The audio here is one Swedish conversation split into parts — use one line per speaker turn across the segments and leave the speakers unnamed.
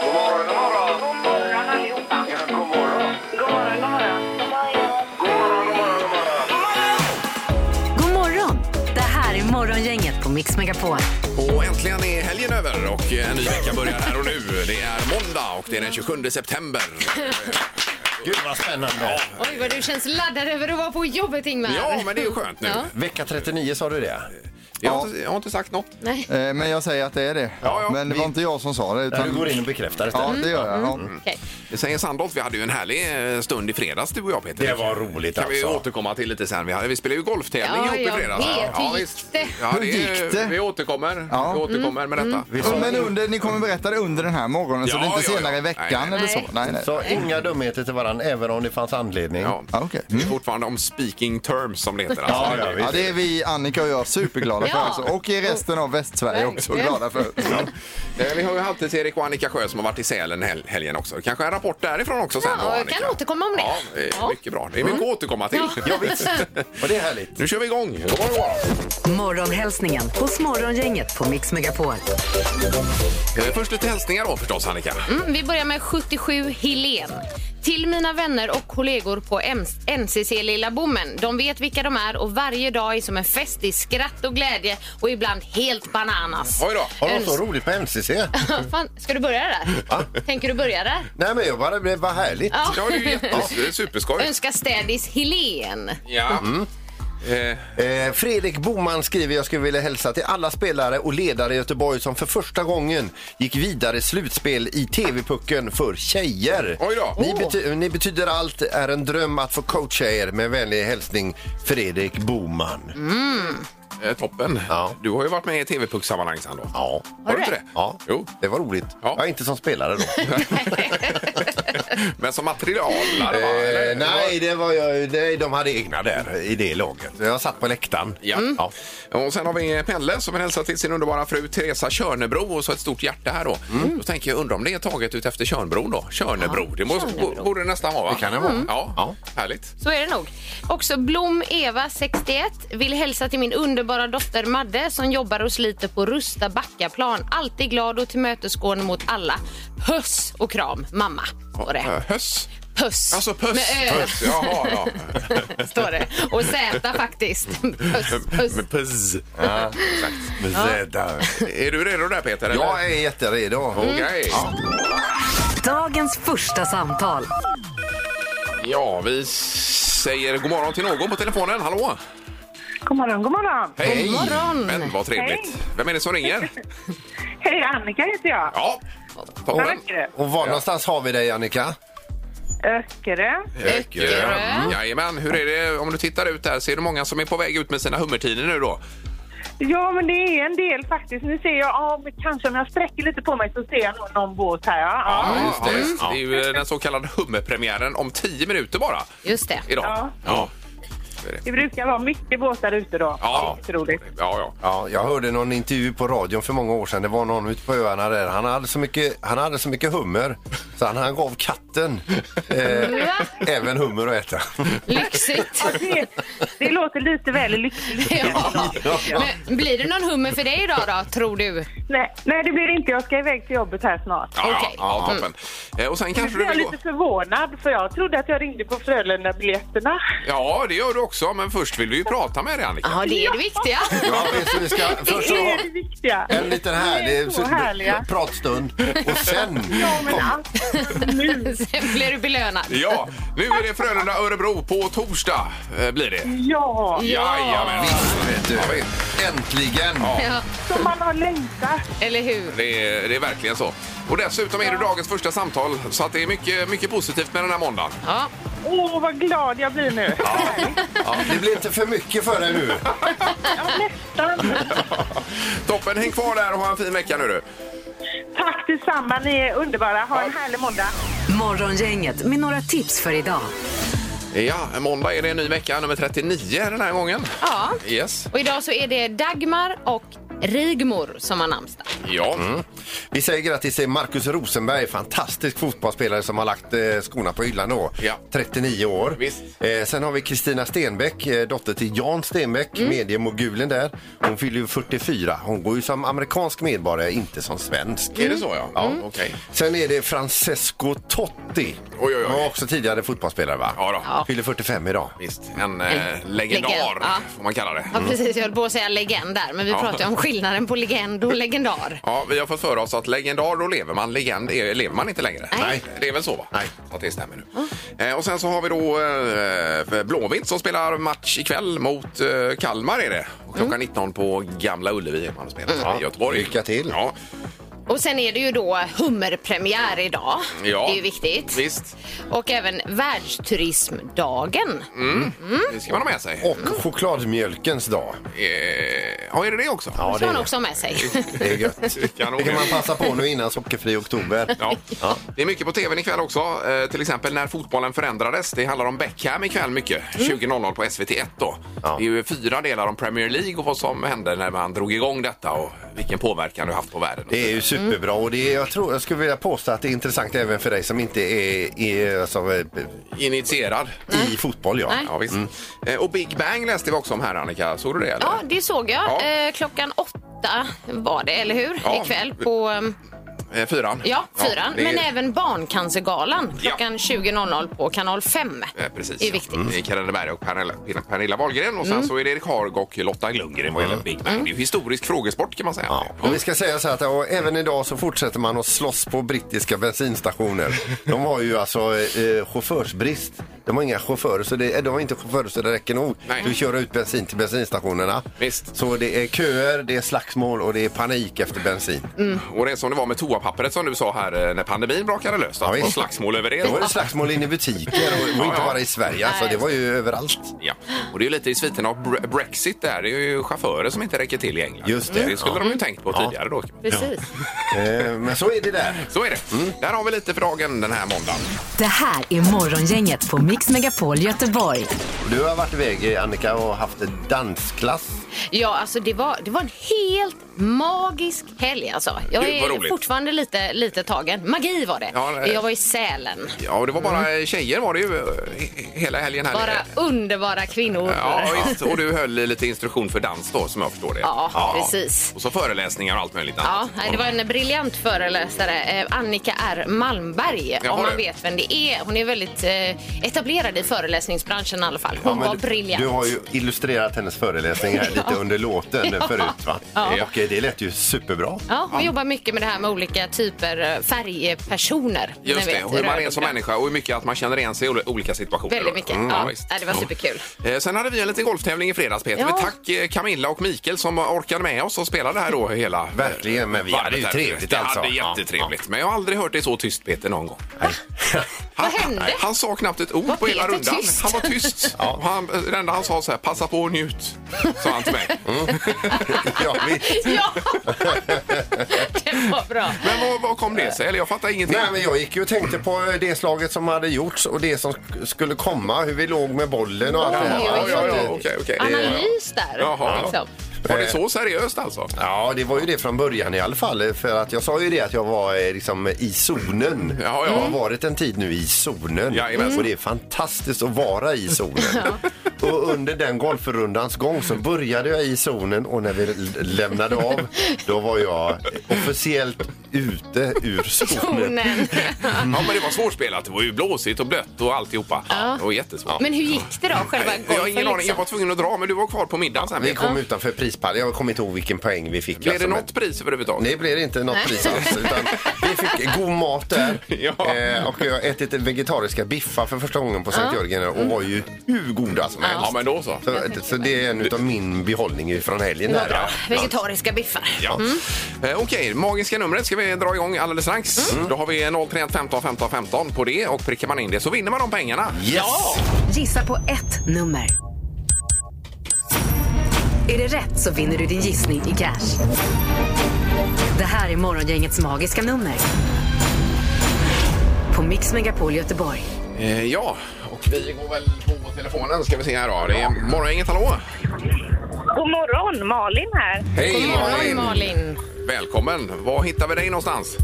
God morgon, god morgon.
God morgon allihopa.
Ja, god morgon.
God morgon, god morgon.
God morgon, god morgon, god morgon.
God morgon! Det här är Morgongänget på Mix Megapol.
Och äntligen är helgen över och en ny vecka börjar här och nu. Det är måndag och det är den 27 september.
Gud vad spännande.
Oj, vad du känns laddad över att vara på jobbet, Ingmar.
Ja, men det är ju skönt nu.
Ja.
Vecka 39 sa du det?
Jag har, inte, jag har inte sagt något.
Nej,
Eh, Men jag säger att det är det.
Ja, ja,
men det
vi-
var inte jag som sa det.
Du går
Utan...
in och bekräftar det.
Ja, det gör jag. Ja.
Mm.
okej.
Det säger Sandholt, vi hade ju en härlig eh, stund i fredags du och jag Peter.
Det var roligt
kan vi
alltså.
återkomma till lite sen. Vi, hade, vi spelade ju golftävling
Ja,
ihop i
jag
fredags.
vet. Hur gick
visst.
det? Mm.
Ja,
Hur gick det?
Vi återkommer,
Ja.
vi återkommer med detta.
Men under, ni kommer berätta det under den här morgonen så
Ja,
det är inte
ja, ja.
senare i veckan
Nej,
eller så.
nej.
Nej, nej.
Så inga dumheter till varandra även om det fanns anledning.
Ja.
Ja, okej.
Det är fortfarande om speaking terms som det heter.
Ja,
Alltså.
ja,
Ja,
visst.
det är vi, Annika och jag, superglada för.
Ja.
Alltså. Och i resten av Västsverige också
Verkligen.
glada för.
Eh, Vi har ju alltid erik och Annika Sjö som har varit i Sälen hel helgen också. Kanske en rapport därifrån också sen
Ja,
då,
jag
Annika.
kan återkomma om det.
Ja, eh,
Ja.
mycket bra. Det är
Mm.
mycket att återkomma till.
Ja.
Ja, visst.
Och det är härligt.
Nu kör vi igång. God morgon, god morgon.
Morgonhälsningen hos Morgongänget på Mix Megapol.
Eh, Först lite hälsningar då förstås Annika.
Mm, vi börjar med 77 Helen. Till mina vänner och kollegor på M- NCC Lilla Bommen. De vet vilka de är och varje dag är som en fest i skratt och glädje och ibland helt bananas.
Oj då.
Har de så roligt på MCC?
Fan, ska du börja där? Tänker du börja där?
Nej men jag bara, det var härligt.
Ja.
Ja, det är ju jättes- det är superskoj.
Önskar städis Helen.
Ja. Mm. Eh,
Eh, Fredrik Boman skriver jag skulle vilja hälsa till alla spelare och ledare i Göteborg som för första gången gick vidare i slutspel i TV-pucken för tjejer.
Oj då.
Ni, bety- ni betyder allt, är en dröm att få coacha er. Med vänlig hälsning Fredrik Boman.
eh, toppen.
Ja.
Du har ju varit med i TV-pucksammanhang sen då.
Ja.
Har du
Har
inte
du?
det?
ja,
Jo.
det var roligt.
Ja.
Ja, inte som spelare då.
Men som materialare va? Eller?
Eh, nej, det var jag, nej, de hade egna där i det laget. Jag satt på läktaren. Mm.
Ja.
Ja.
Och sen har vi Pelle som vill hälsa till sin underbara fru Teresa Körnebro och så ett stort hjärta här då.
Mm.
Då tänker jag, undrar om det är taget ut efter Körnbron då? Körnebro, det måste,
Körnebro.
borde det nästan vara va? Det
kan det vara.
Ja.
Ja.
härligt.
Så är det nog. Också Blom Eva, 61, vill hälsa till min underbara dotter Madde som jobbar och sliter på Rusta Backaplan. Alltid glad och tillmötesgående mot alla. Puss och kram, mamma. Står
Eh,
det.
Höss.
Puss.
Alltså puss.
Med ö,
puss. Jaha, ja.
står det. Och Z faktiskt. Puss, puss.
Med puss. Exakt.
Ja.
Är du redo där Peter? eller?
Jag är jätteredo.
Mm.
Okej.
Dagens första samtal.
Ja, vi säger god morgon till någon på telefonen. Hallå!
God morgon, god morgon.
Hej!
God morgon.
Men vad trevligt.
Hej.
Vem är det som ringer?
Hej, Annika heter jag.
Ja, toppen.
Öckerö.
Och var någonstans har vi dig Annika?
Öckerö.
Öckerö. Jajamän, hur är det om du tittar ut där? Ser du många som är på väg ut med sina hummertider nu då?
Ja, men det är en del faktiskt. Nu ser jag, ja, men kanske om jag sträcker lite på mig så ser jag nog någon båt här. Ja, ja.
just det.
Mm.
Det är ju eh, den så kallade hummerpremiären om tio minuter bara
Just det.
idag.
Ja.
ja.
Det brukar vara mycket båtar ute då.
Ja.
Det är roligt.
ja, ja.
Ja, jag hörde någon intervju på radion för många år sedan. Det var någon ute på öarna där. Han hade så mycket, han hade så mycket hummer så han, han gav katten eh,
Va?
även hummer att äta.
Lyxigt.
Det, det låter lite väl lyxigt.
Ja. Men blir det någon hummer för dig idag då, tror du?
Nej, nej, det blir det inte. Jag ska iväg till jobbet här snart.
Ja, ja,
Okej. Mm.
ja, toppen. Eh, Och sen
Nu
kanske
blir
du
jag
vill gå...
lite förvånad för jag trodde att jag ringde på Frölunda-biljetterna.
Ja, det gör du också, men först vill vi ju prata med dig Annika.
Ja, det är det viktiga.
Ja, visst, vi ska först
Det
ha
är det viktiga.
en liten
Ni är
härlig
så härliga.
pratstund och sen
Ja, men
kom.
alltså, nu.
Sen blir du belönad.
Ja, nu är det Frölunda-Örebro på torsdag eh, blir det.
Ja,
Jajamän.
Vet
alltså.
du, Äntligen!
Ja,
som man har längtat.
eller hur?
Det är, det är verkligen så. Och dessutom är det dagens första samtal, så att det är mycket, mycket positivt med den här måndagen.
Ja.
Åh, vad glad jag blir nu.
Ja, det blir inte för mycket för dig nu.
Ja, nästan.
Toppen, häng kvar där och ha en fin vecka nu du.
Tack detsamma. Ni är underbara. Ha en härlig måndag.
Morgongänget med några tips för idag.
Ja, måndag är det en ny vecka, nummer 39 den här gången.
ja.
Yes.
Och idag så är det Dagmar och Rigmor som har namnsdag.
Ja.
Vi säger grattis till Marcus Rosenberg, fantastisk fotbollsspelare som har lagt eh, skorna på hyllan då.
Ja.
39 år.
Visst.
Eh, sen har vi Kristina Stenbeck, eh, dotter till Jan Stenbeck,
Mm.
mediemogulen där. Hon fyller ju 44. Hon går ju som amerikansk medborgare, inte som svensk.
Är det så, ja? Ja, okej.
Sen är det Francesco Totti.
oj, oj.
Han var också tidigare fotbollsspelare va?
Ja då. Ja.
Fyller 45 idag.
Visst, en eh, legendar
Legend, ja.
får man kalla det.
Ja, precis. Jag höll på att säga legend där, men vi
Mm. Ja.
pratar ju om skillnaden på legend och legendar.
Ja, vi har fått för oss att legendar, då lever man. Legend är, lever man inte längre.
Nej.
Det är väl så, va? Nej. Att det stämmer nu. Eh, och sen så har vi då eh, Blåvitt som spelar match ikväll mot eh, Kalmar, är det. Och klockan 19 på Gamla Ullevi är man spelar i Göteborg.
Lycka till.
Ja,
Och sen är det ju då hummerpremiär idag.
ja.
Det är ju viktigt.
Visst,
Och även världsturismdagen.
det ska man ha med sig.
Och chokladmjölkens dag.
Eh, ja, är det det också?
det ska man också ha med sig.
Det är gött.
Kanon.
Det kan man passa på nu innan sockerfri oktober.
Ja. Det är mycket på tvn ikväll också. Eh, till exempel när fotbollen förändrades. Det handlar om Beckham ikväll mycket. 20.00 på SVT1 då.
Mm. Ja.
Det är ju fyra delar om Premier League och vad som hände när man drog igång detta och vilken påverkan det har haft på världen.
Det är ju superbra och det är, jag, tror, jag skulle vilja påstå att det är intressant även för dig som inte är, är alltså, eh,
Initierad.
i fotboll. Ja.
Nej.
Ja, visst.
Mm.
Eh, och Big Bang läste vi också om här Annika. Såg du det? Eller?
Ja, det såg jag.
Ja.
Eh, klockan åtta var det, eller hur?
Ja.
Ikväll på eh,
Eh, fyran.
ja, fyran.
det är-
Men eh, även Barncancergalan
Ja.
klockan 20.00 på kanal 5.
Eh, Precis.
Det är viktigt. Mm.
Det är Carina Berg och Pernilla, Pernilla Wahlgren och sen så är det Erik Harg och Lotta Lundgren vad gäller Big Bang. Det är ju historisk frågesport kan man säga.
Mm. Ja. Och vi ska säga så här att och även idag så fortsätter man att slåss på brittiska bensinstationer. De har ju alltså eh, chaufförsbrist. De har inga chaufförer, så det, eh, de har inte chaufförer så det räcker nog.
Nej.
Du kör ut bensin till bensinstationerna.
Visst.
Så det är köer, det är slagsmål och det är panik efter bensin.
Och det är som det var med toapappret som du sa här eh, när pandemin brakade löst.
Ja,
Att det var
visst.
slagsmål över det.
Då var det slagsmål inne i butiker och, och inte bara i Sverige. Alltså, det var ju överallt.
Ja. Och det är ju lite i sviten av Bre- Brexit där. Det är ju chaufförer som inte räcker till i England.
Just det.
Det skulle
Ja.
de ju tänkt på
Ja.
tidigare då.
Precis.
Eh, men så är det där.
Så är det.
Mm.
Där har vi lite för dagen den här måndagen.
Det här är Morgongänget på Mix Megapol Göteborg.
Du har varit iväg eh, Annika och haft en dansklass.
Ja, alltså det var, det var en helt magisk helg alltså. Jag
Gud, vad
är
roligt.
fortfarande lite, lite tagen. Magi var det.
Ja, det-
jag var i Sälen.
Ja, och det var bara
Mm.
tjejer var det ju eh, he- hela helgen här.
Bara
nere.
underbara kvinnor.
Ja, visst. Och du höll i lite instruktion för dans då, som jag förstår det.
Ja, precis.
Och så föreläsningar och allt möjligt
Ja,
annat.
nej, det var en briljant föreläsare, eh, Annika R Malmberg,
Jaha,
om man
du.
vet vem det är. Hon är väldigt eh, etablerad i föreläsningsbranschen i alla fall. Hon
men
var
du-
briljant.
Du har ju illustrerat hennes föreläsning här lite under låten förut va?
Ja.
Och eh, det lät ju superbra.
Ja, hon jobbar mycket med det här med olika typer eh, färgpersoner.
Just
Ni
det,
vet,
och hur man
röd
är
och
som
grön.
människa och hur mycket att man känner igen sig i ol- olika situationer.
Väldigt
då.
mycket.
Mm,
ja,
visst.
ja, det var superkul.
Eh, Sen hade vi en liten golftävling i fredags, Peter.
Ja.
Men Tack eh, Camilla och Mikael som orkade med oss och spelade här då hela... eh,
Verkligen, men vi
varvet
hade ju
här.
trevligt
det
alltså.
hade jättetrevligt. Men jag har aldrig hört dig så tyst, Peter, någon gång.
Vad hände?
Han sa knappt ett ord
Var
på hela
Peter
rundan.
tyst?
Han var tyst. Och han, det enda han sa så här, passa på och njut, sa han till mig.
Mm. Ja, vi...
Ja! det var bra.
Men vad, vad kom det sig? Eller jag fattar ingenting.
Nej, men jag gick ju och tänkte på eh, det slaget som hade gjorts och det som sk- skulle komma, hur vi låg med bollen och allt det här.
Oj, oj,
va? Så
ja,
att,
ja,
eh,
okej, okej.
Analys där.
Jaha.
liksom.
Var det så seriöst alltså?
Ja, det var ju det från början i alla fall. För att jag sa ju det att jag var eh, liksom i zonen.
Ja, ja.
Jag har varit en tid nu i zonen.
Jajamensan.
Och det är fantastiskt att vara i zonen. Och under den golfrundans gång så började jag i zonen och när vi l- lämnade av då var jag officiellt ute ur zonen.
Tonen.
Ja, men det var svårspelat. Det var ju blåsigt och blött och alltihopa. Det var jättesvårt.
Men hur gick det då, själva golfen?
Jag har ingen aning. Jag
liksom?
var tvungen att dra, men du var kvar på middagen sen.
Vi
Peter.
kom utanför prispallen. Jag kommer inte ihåg vilken poäng vi fick.
Blev
alltså,
det
men-
något pris överhuvudtaget?
Nej, det blev inte något pris alls. Utan vi fick god mat där.
Ja.
Eh, och jag har ätit vegetariska biffar för första gången på Sankt Jörgen och var ju hur goda som helst.
Ja, men då så.
Så, så det är en utav min behållning från helgen. Mm. Där. Ja.
Vegetariska biffar.
Ja. Eh, Okej, magiska numret ska vi dra igång alldeles strax.
Mm.
Då har vi 031 15 15 15 på det och prickar man in det så vinner man de pengarna.
Yes!
Gissa på ett nummer. Är det rätt så vinner du din gissning i cash. Det här är Morgongängets magiska nummer. På Mix Megapol Göteborg.
Eh, ja, och vi går väl på telefonen ska vi se här då. Det är Morgongänget, hallå?
God morgon, Malin här.
Hej
God morgon, Malin.
Välkommen! Var hittar vi dig någonstans?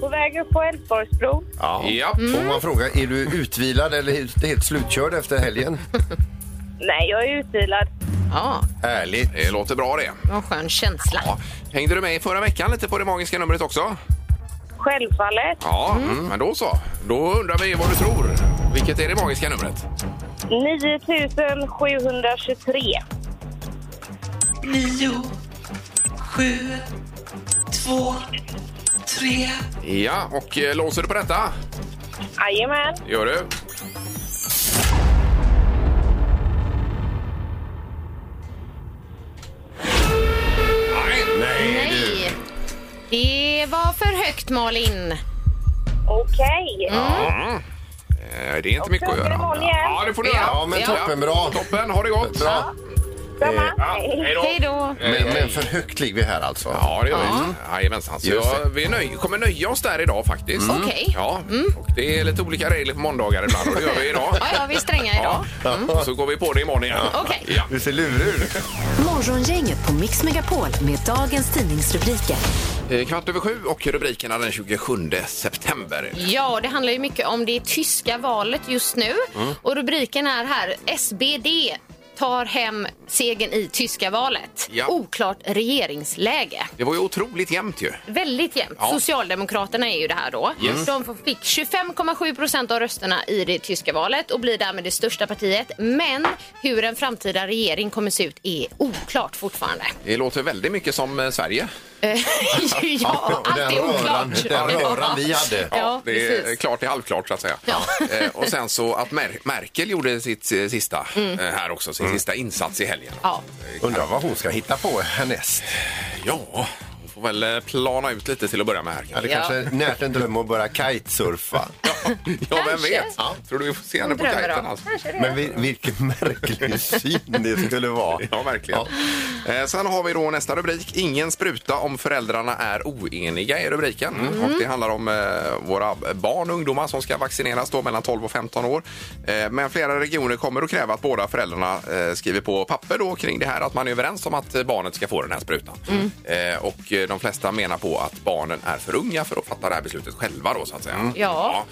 På väg upp på Älvsborgsbron.
Ja.
Får man fråga, är du utvilad eller helt, helt slutkörd efter helgen?
Nej, jag är utvilad.
Ja,
Härligt.
Det låter bra det.
vad skön känsla.
Ja. Hängde du med i förra veckan lite på det magiska numret också?
Självfallet
Ja, mm. men då så. Då undrar vi vad du tror. Vilket är det magiska numret?
9723.
nio, sju, två, tre.
Ja, och eh, låser du på detta?
Jajamän.
gör du. Nej, nej.
Nej, det var för högt, Malin.
Okej.
Eh, Det är inte mycket att
provar
göra.
du imorgon igen?
Ja, det får du göra.
Ja, men toppen bra.
Toppen, ha det gott.
Bra.
Samma.
Ja, hej då.
Hej då.
Men, men för högt ligger vi här alltså.
Ja, det gör vi. Jajamensan. Så
Just
jag, vi är nöj, kommer nöja oss där idag faktiskt.
Mm. Okej.
Ja, och det är lite olika regler på måndagar ibland och det gör vi idag.
Ja, ja, vi är stränga idag. Mm.
Ja, Så går vi på det imorgon igen.
Okej.
Ja.
Du ser lurig ut.
Morgongänget på Mix Megapol med dagens tidningsrubriker.
Eh, Kvart över sju och rubrikerna den 27 september.
Ja, det handlar ju mycket om det tyska valet just nu.
Mm.
Och rubriken är här SBD tar hem segern i tyska valet.
Ja.
Oklart regeringsläge.
Det var ju otroligt jämnt ju.
Väldigt jämnt.
Ja.
Socialdemokraterna är ju det här då.
Yes.
De fick 25,7 procent av rösterna i det tyska valet och blir därmed det största partiet. Men hur en framtida regering kommer se ut är oklart fortfarande.
Det låter väldigt mycket som eh, Sverige.
ja, allt
Den
är
röran,
oklart.
den röran vi hade.
Ja,
det är eh,
precis.
klart, det är halvklart så att säga. Eh, och sen så att Mer- Merkel gjorde sitt eh, sista eh, här också, sin sista insats i helgen.
Mm.
Eh,
Ja.
Mm. Undrar vad hon ska hitta på härnäst.
Ja, vi får väl eh, plana ut lite till att börja med här.
Ja, det
kanske.
kanske är närt en dröm att börja kitesurfa.
Ja, vem
Kanske.
vet? Tror du vi får se henne på
Drömmer
kajten?
om.
Alltså?
Men vi, vilken märklig syn det skulle vara.
Ja, verkligen. Eh, sen har vi då nästa rubrik. Ingen spruta om föräldrarna är oeniga är rubriken. Och det handlar om eh, våra barn och ungdomar som ska vaccineras då mellan 12 och 15 år. Eh, men flera regioner kommer att kräva att båda föräldrarna eh, skriver på papper då kring det här att man är överens om att eh, barnet ska få den här sprutan. Eh, och eh, de flesta menar på att barnen är för unga för att fatta det här beslutet själva då så att säga.
Ja.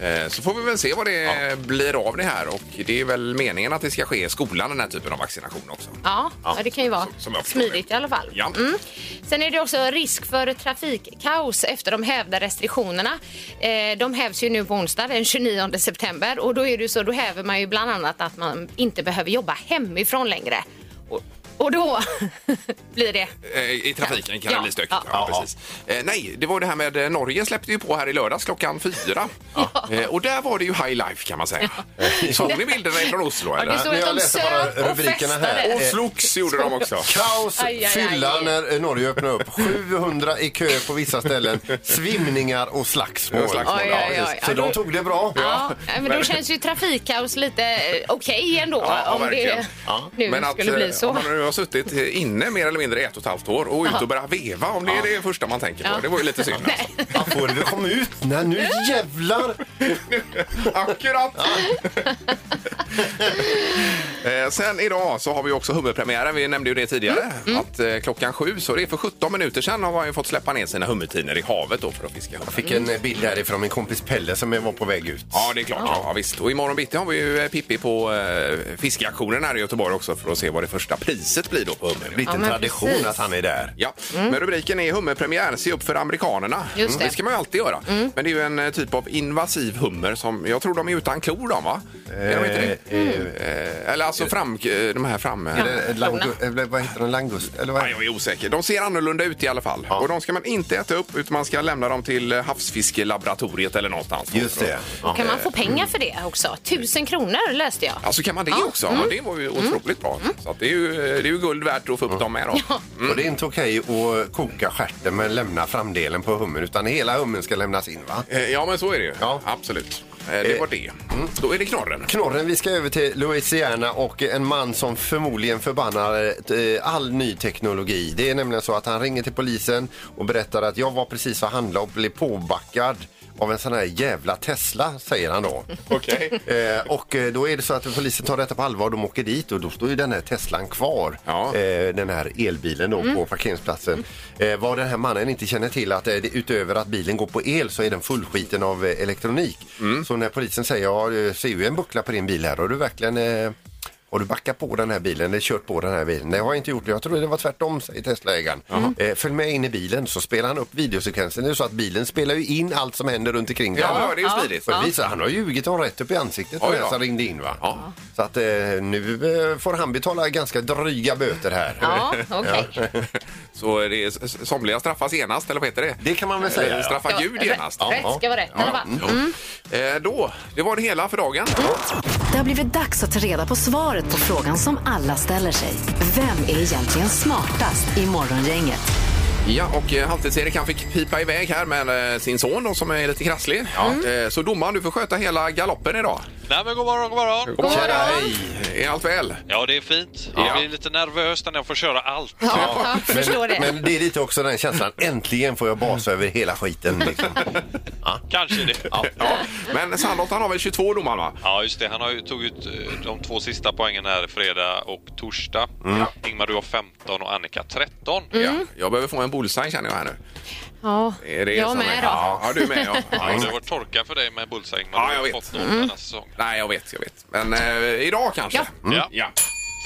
Eh, Så får vi väl se vad det blir av det här och det är väl meningen att det ska ske i skolan den här typen av vaccination också.
Ja, ja. det kan ju vara
Som jag förstår
smidigt i alla fall.
Ja.
Mm. Sen är det också risk för trafikkaos efter de hävda restriktionerna. Eh, de hävs ju nu på onsdag den 29 september och då är det ju så, då häver man ju bland annat att man inte behöver jobba hemifrån längre. Och, och då blir det...
Eh, I trafiken kan
Ja.
det bli stökigt.
Ja.
Ja, precis. Eh, nej, det var det här med eh, Norge släppte ju på här i lördags klockan fyra. Eh, och där var det ju high life kan man säga. Eh, Såg ni bilderna från Oslo?
Ja,
Eller?
det står
men
att
jag
de
läste bara
söp och
rubrikerna här.
festade.
Och slogs gjorde de också.
Kaos,
Aj, aj, aj.
fylla när eh, Norge öppnar upp. 700 i kö på vissa ställen. Svimningar och slagsmål.
Ja, slagsmål,
Oj, ja. oj, oj.
Så de tog det bra.
Ja, men då känns ju trafikkaos lite eh, okej ändå
Ja, ja,
om
verkligen.
det nu
Men att,
skulle bli
eh,
så.
Om man nu har suttit inne mer eller mindre ett och ett halvt år och ut och börjat veva, om det är det första man tänker på.
Ja.
Det var ju lite synd. Alltså.
Man får det väl komma ut. Nej, nu jävlar!
Akkurat! Eh, Sen idag så har vi också hummerpremiären. Vi nämnde ju det tidigare. Att eh, klockan sju, så det är för 17 minuter sedan, har man ju fått släppa ner sina hummertinor i havet då för att fiska hummer. Mm.
Fick en bild härifrån min kompis Pelle som var på väg ut.
Ja, det är klart. Ja. visst. Och imorgon bitti har vi ju eh, Pippi på eh, fiskeaktionen här i Göteborg också för att se vad det första priset blir då på hummer.
Liten
Ja, men
tradition
precis.
att han är där.
Ja, men rubriken är hummerpremiär, se upp för amerikanerna. Mm.
Just det.
det ska man ju alltid göra. Men det är ju en eh, typ av invasiv hummer som, jag tror de är utan klor de va? Är de inte det?
Mm.
Eh, Eller alltså fram, eh, de här fram... Eller,
Eh, langu- eller Vad heter den? Langust? Eller vad
Nej, jag är osäker. De ser annorlunda ut i alla fall. Och de ska man inte äta upp utan man ska lämna dem till eh, havsfiskelaboratoriet eller någonstans.
Just det. Ja.
Kan man få pengar för det också? Tusen kronor läste jag.
Ja, så Alltså, kan man det också. Ja, det var ju otroligt bra. Så att det, är ju, eh, det är ju guld värt att få
Mm.
upp dem med då.
Och det är inte okej att koka stjärten men lämna framdelen på hummen utan hela hummen ska lämnas in va?
Eh, Ja, men så är det ju.
Ja. Mm.
Absolut. Eh, Det var det. Då är det knorren.
Knorren, vi ska över till Louisiana och en man som förmodligen förbannar eh, all ny teknologi. Det är nämligen så att han ringer till polisen och berättar att jag var precis och handlade och blev påbackad av en sån här jävla Tesla, säger han då.
Okej.
Eh, och eh, då är det så att polisen tar detta på allvar. De åker dit och då står ju den här Teslan kvar.
Ja. Mm.
Eh, den här elbilen då på parkeringsplatsen. Eh, vad den här mannen inte känner till att eh, det, utöver att bilen går på el så är den fullskiten av eh, elektronik.
Mm.
Så när polisen säger ja, jag ser ju en buckla på din bil här. Har du verkligen eh, har du backat på den här bilen eller kört på den här bilen? Nej, jag har inte gjort det. Jag tror det var tvärtom, säger Tesla-ägaren. Eh, följ med in i bilen så spelar han upp videosekvensen. Det är så att bilen spelar ju in allt som händer runt omkring den.
Ja, ja, det är ju smidigt.
Men visar, han har ljugit om rätt upp i ansiktet
Oj
och
då.
som ringde in va?
Ja.
Så att eh, nu eh, får han betala ganska dryga böter här.
Ja, okej.
Så det är s- somliga straffas enast, eller vad heter det?
Det kan man väl säga.
Eh,
ja.
Straffa Gud genast.
Ja.
Rätt ska vara rätt. eller va?
Eh, då, det var det hela för dagen.
Det har blivit dags att ta reda på svaret på frågan som alla ställer sig. Vem är egentligen smartast i Morgongänget?
Ja, och eh, Halvtids-Erik han fick pipa iväg här med eh, sin son då, som är lite krasslig. Eh, så domaren, du får sköta hela galoppen idag.
Nej men god morgon, god morgon.
God morgon! Hej! Är allt väl?
Ja det är fint.
Ja.
Jag blir lite nervös när jag får köra allt.
Ja, jag förstår det.
Men det är lite också den känslan, äntligen får jag basa över hela skiten. Liksom.
Kanske det. Ja.
Ja. Men Sandholt han har väl 22 domaren va?
just det. Han har ju tog ut eh, de två sista poängen här fredag och torsdag.
Mm.
Ingmar du har 15 och Annika 13.
Ja. Jag behöver få en bullseye känner jag här nu.
Ja,
Är det
jag
som
med
är-
då.
Ja, ja, du med ja.
Ja,
ja
det
exakt.
har varit torka för dig med Bullseye Ingmar.
Ja,
Du har
jag
ju
vet. Mm.
fått någon denna säsong.
Nej, jag vet, jag vet. Men eh, idag kanske?
Ja.
Mm.
Ja.
ja.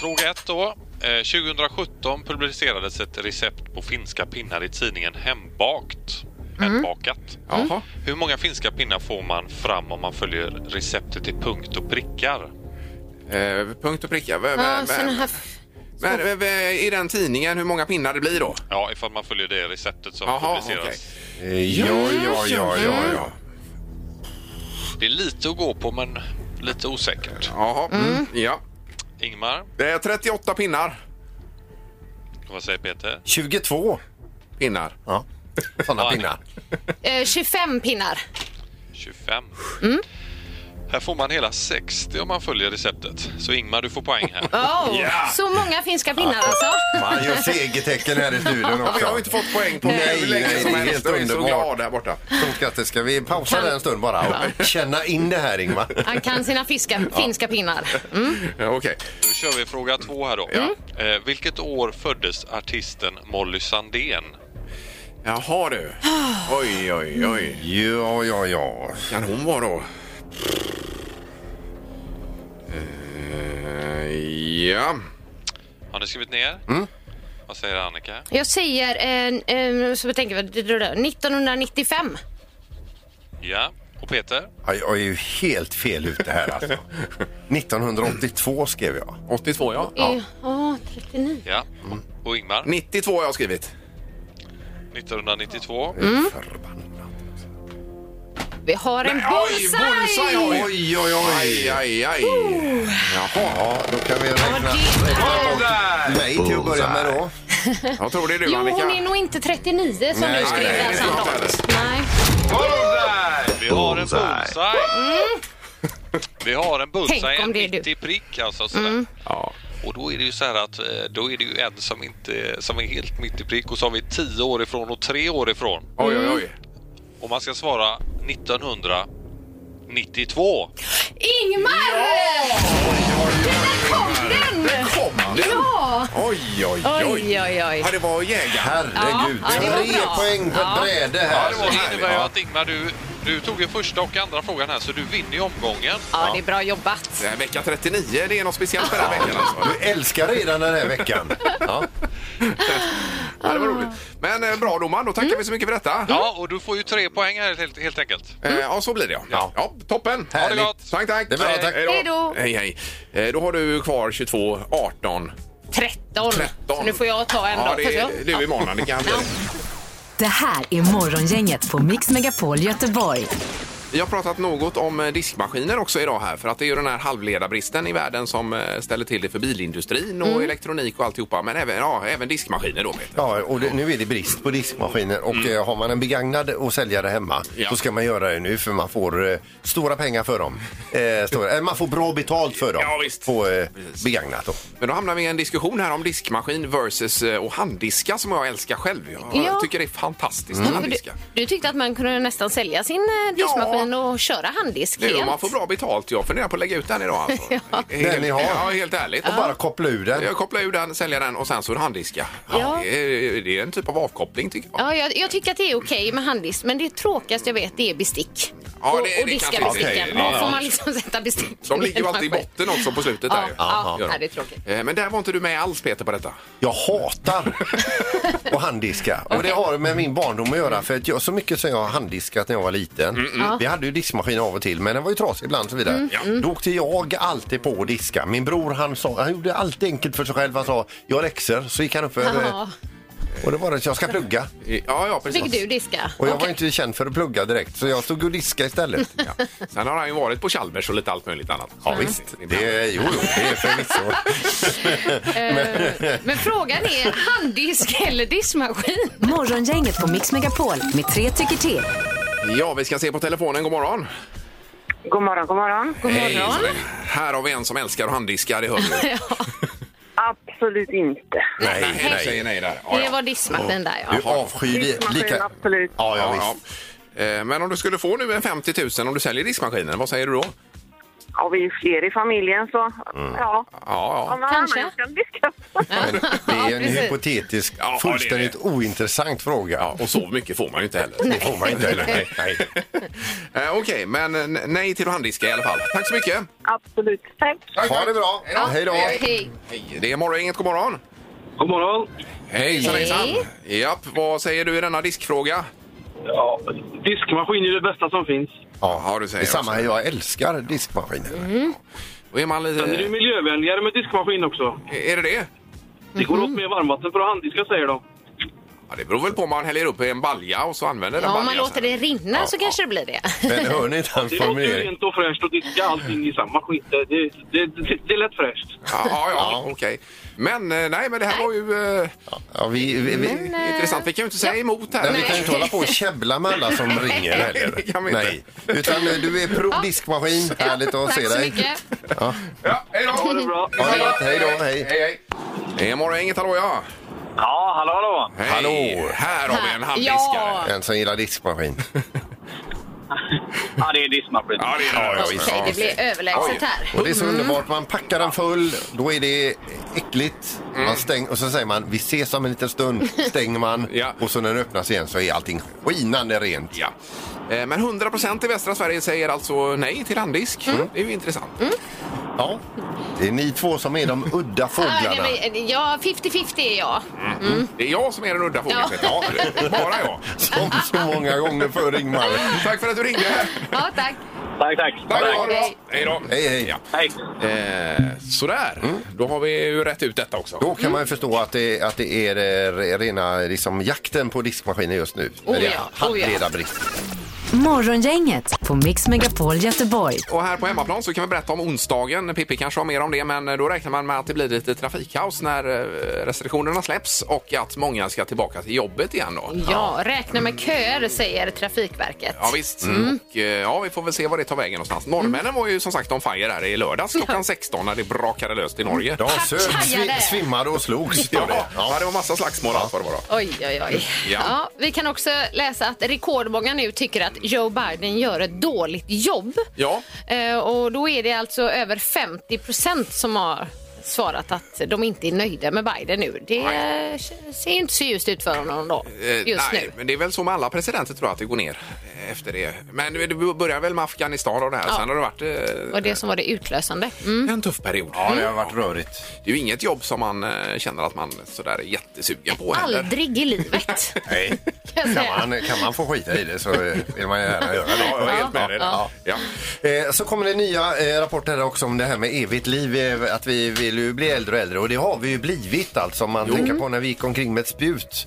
Fråga 1 då. Eh, 2017 publicerades ett recept på finska pinnar i tidningen Hembakt.
Mm.
Hembakat.
Jaha.
Hur många finska pinnar får man fram om man följer receptet till punkt och prickar?
Eh, punkt och pricka. V- v-
Ja,
v-
såna här...
Men v- v- i den tidningen, hur många pinnar det blir då?
Ja, ifall man följer det receptet som
Jaha,
publiceras.
okej.
Eh, ja, ja, ja, ja, ja.
Det är lite att gå på, men lite osäkert.
Jaha. Mm. Ja.
Ingmar,
Det är 38 pinnar.
vad säger Peter?
22
Pinnar.
ja. sådana
Ja.
pinnar.
Eh, 25 pinnar.
25. Här får man hela 60 om man följer receptet. Så Ingmar, du får poäng här.
Oh, Så många finska pinnar alltså.
Man gör segertecken här i studion
Ja, vi
också.
har ju inte fått poäng på
Nej,
hur länge
nej,
som
det är
helst.
helt
Jag är så
underbart.
glad där borta.
Stort grattis. Ska vi pausa där en stund bara och känna in det här Ingmar?
Han kan sina fiska, finska pinnar. Mm.
Ja, Okej.
Då kör vi fråga två här då. Eh, vilket år föddes artisten Molly Sandén?
Jaha du. Oj, oj, oj.
Ja, ja, ja.
Kan hon vara då? Eh, ja.
Har ni skrivit ner?
Mm.
Vad säger Annika?
Jag säger, eh, eh, så jag tänker, vad- 1995.
Ja. Och Peter?
Ja, Jag är ju helt fel ute här alltså. 1982 skrev jag.
82 ja.
Ja, oh, 39.
Ja.
Mm.
Och Ingmar?
92 har jag skrivit.
1992.
Mm.
Förbannat.
Vi har en bullseye!
Oj, oj, oj. Aj, aj, aj. Jaha.
Ja, då kan vi räkna mig till att börja med då.
Jag tror det är du
Jo,
Annika.
hon är nog inte 39 som
Nej,
du skrev
nej,
där,
det är
Sandra.
klart det
Nej.
Vi har en
Bullseye.
bullseye. Vi har en bullseye,
Tänk om
en
det är du. Mm.
riktig prick alltså. Sådär.
Ja.
Och då är det ju så här att eh, då är det ju en som, inte, som är helt mitt i prick och så har vi tio år ifrån och tre år ifrån.
Oj, oj, oj.
Och man ska svara 1992.
Ingmar! Där kom
Kom
den! Ja!
Oj, oj, oj.
Oj, oj, oj.
Ja, det var jägare.
Herregud,
Ja, ja, det var
tre
bra.
poäng på ett bräde här.
Det, var, det innebär ju att Ingmar, du, du tog ju första och andra frågan här så du vinner ju omgången.
Ja, det är bra jobbat.
Det här Vecka 39, det är något speciellt med den här veckan alltså.
Du älskar redan den här veckan. Ja.
Ja, det var roligt. Men eh, bra domaren, då tackar vi så mycket för detta.
Ja, och du får ju tre poäng här helt, helt enkelt.
Eh, Ja, så blir det ja.
Ja.
ja toppen!
Ha det
gott.
Tack, tack!
Det är bra,
Hej,
tack.
Hej då.
Hej, hej. Eh, Då har du kvar 22, 18,
13.
13.
Så nu får jag ta en
Ja,
då.
det är du imorgon Annika.
Det här är Morgongänget på Mix Megapol Göteborg.
Vi har pratat något om eh, diskmaskiner också idag här för att det är ju den här halvledarbristen i världen som eh, ställer till det för bilindustrin och elektronik och alltihopa men även, ja, även diskmaskiner då. Peter.
Ja, och det, nu är det brist på diskmaskiner och eh, har man en begagnad och säljare hemma
Ja.
så ska man göra det nu för man får eh, stora pengar för dem. Eh, stora, eh, man får bra betalt för dem
Ja, visst.
på eh, begagnat. Då.
Men då hamnar vi i en diskussion här om diskmaskin versus eh, och handdiskar som jag älskar själv. Jag
Ja.
tycker Mm. det är fantastiskt att
Du,
handdiska.
du tyckte att man kunde nästan sälja sin eh, diskmaskin och köra handdisk
Det är om
helt.
man får bra betalt. Jag funderar på att lägga ut den idag alltså.
Den ni har.
Ja, helt ärligt.
Och bara koppla ur den.
Jag kopplar ur den, säljer den och sen så handdiska. Ja.
Ja.
Det, är, det är en typ av avkoppling tycker jag.
Ja, jag, jag tycker att det är okej med handdisk, men det tråkigaste jag vet det är bestick.
Ja,
och,
det-
och
det
diska
kanske-
besticken.
okej, ja,
Var får
ja.
man liksom sätta besticken?
De ligger ju
i en
alltid i
maskin?
botten också på slutet.
Ja,
där. ju.
ja,
Gör de.
nej, det är tråkigt.
Eh, Men där var inte du med alls Peter på detta.
Jag hatar att handdiska. Och det har med min barndom att göra. För att jag, så mycket som jag har handdiskat när jag var liten. Vi hade ju diskmaskin av och till, men den var ju trasig ibland och så vidare. Då åkte jag alltid på att diska. Min bror han, sa, han gjorde alltid enkelt för sig själv. Han sa, jag har läxor. Så gick han upp för,
Jaha,
och det var det, att jag ska plugga.
Eh, Ja, ja, precis.
fick du diska?
Och jag
Okej.
var inte känd för att plugga direkt, så jag stod och diskade istället.
Ja. Sen har han ju varit på Chalmers och lite allt möjligt annat. Mm.
Ja, visst. Det, jo, jo, det är förvisso.
Eh, Men frågan är handdisk eller diskmaskin?
Morgongänget på Mix Megapol med tre tycker till.
Ja, vi ska se på telefonen. God morgon.
God morgon, god morgon.
God morgon.
Hej. Här har vi en som älskar att handdiska, det hör vi.
Absolut inte.
Nej,
Jag säger nej där. Ja,
Det
ja.
var diskmaskinen där ja.
du avskyr det.
Diskmaskin,
Lika...
absolut.
Ja, ja,
Ja,
visst.
ja. Eh, Men om du skulle få nu en 50 000 om du säljer diskmaskinen, vad säger du då?
Ja, vi är fler i familjen så ja.
Ja,
Om man
Kanske.
annars kan diska.
Men det är
Ja,
en
precis.
hypotetisk,
Ja, det är
fullständigt
det.
ointressant fråga.
ja. Och så mycket får man ju inte heller.
Det får man inte heller. Nej, nej.
Eh, Okej, men eh, nej till att handdiska i alla fall. Tack så mycket.
Absolut. Tack.
Ha det bra. Hej då.
Hej.
Hej. Det är morgon, inget god morgon.
God morgon.
Hejsan, hejsan. Japp, vad säger du i denna diskfråga?
Ja, diskmaskin är det bästa som finns.
Ja, du säger
Det är samma,
också.
jag älskar diskmaskiner.
Och är, man
Sen är det ju
lite,
miljövänligare med diskmaskin också.
är det det?
Det
Mhm.
går åt mer varmvatten för att handdiska säger de.
Ja, det beror väl på om man häller upp i en balja och så använder den
Ja, om man
baljan
låter
sen.
det rinna
Ja,
så kanske det blir det.
Men hör ni inte hans
Det låter ju
formulering?
rent och fräscht att diska allting i samma skit. Det, det, det, det, det är lätt fräscht.
Ja, ja, ja okej. Men eh, nej, men det här var ju eh,
Ja, vi, vi, vi,
Mm. intressant. Vi kan ju
eh,
inte säga emot här.
nej, vi kan ju inte hålla på och käbbla med alla som ringer heller.
Det kan vi inte.
Nej. Utan eh, du är pro diskmaskin. Härligt att se
Tack så
dig.
mycket.
Ja, hej då!
Ha det bra.
Ha det gott. Hej då.
Hej,
Hej.
hej. Det är morgon, inget hallå ja.
Ja, hallå, hallå.
Hej.
Hallå.
Här har vi en handdiskare.
Ja.
En som gillar diskmaskin.
Ja, det är diskmaskin.
Ja, det är det.
visst.
Okej, det blir överlägset här.
Och det är så underbart. Man packar den full, då är det äckligt. Man stäng, och så säger man vi ses om en liten stund. Stänger man
Ja.
och så när den öppnas igen så är allting skinande rent.
Ja. Eh, Men 100 i västra Sverige säger alltså nej till handdisk. Det är ju intressant.
Ja. Det är ni två som är de udda
Ja,
fåglarna.
det blir- Ja, 50-50 är jag.
Det är jag som är den udda fågeln.
Ja.
Peter. Ja. Bara jag.
Som så många gånger förr, Ingmar.
Tack för att du ringde.
Ja, tack.
Tack, tack.
Tack, ha
Tack.
det bra. Hej då.
Hej, hej. Mm.
Ja.
Hej.
Eh, sådär, då har vi ju rätt ut detta också.
Då kan man ju förstå att det, att det är eh, rena liksom, jakten på diskmaskiner just nu.
Oh
Eller
ja, oh ja.
handledarbrist.
Morgongänget på Mix Megapol Göteborg.
Och här på hemmaplan så kan vi berätta om onsdagen. Pippi kanske har mer om det, men då räknar man med att det blir lite trafikkaos när eh, restriktionerna släpps och att många ska tillbaka till jobbet igen då.
Ja, räkna med köer säger Trafikverket.
Ja visst,
Mm.
och, eh, ja, vi får väl se var det tar vägen någonstans. Norrmännen var ju som sagt on fire här i lördags klockan 16 när det brakade löst i Norge.
De sög,
Pajade.
svi, svimmade och slogs. står det.
Ja, ja, det var massa slagsmål allt vad det var då.
Oj, oj, oj.
Ja.
Ja. vi kan också läsa att rekordmånga nu tycker att Joe Biden gör ett dåligt jobb.
Ja.
Eh, och då är det alltså över 50 procent som har svarat att de inte är nöjda med Biden nu. Det eh, ser ju inte så ljust ut för honom då,
Eh,
just
nej,
nu.
men det är väl så med alla presidenter tror jag att det går ner eh, efter det. Men det börjar väl med Afghanistan och det här.
Ja.
Sen har det varit eh,
Och det som var det utlösande. Mm.
en tuff period.
Ja, det har varit rörigt.
Det är ju inget jobb som man eh, känner att man sådär är jättesugen på heller.
Aldrig i livet.
Nej.
jag
Kan,
säga.
man, kan man få skita i det så eh, vill man gärna göra det.
Ja, jag är helt med dig där.
Ja.
Ja.
Eh, Så kommer det nya eh, rapporter här också om det här med evigt liv. eh, Att vi vill vill ju bli äldre och äldre och det har vi ju blivit alltså. Om man tänker på när vi gick omkring med ett spjut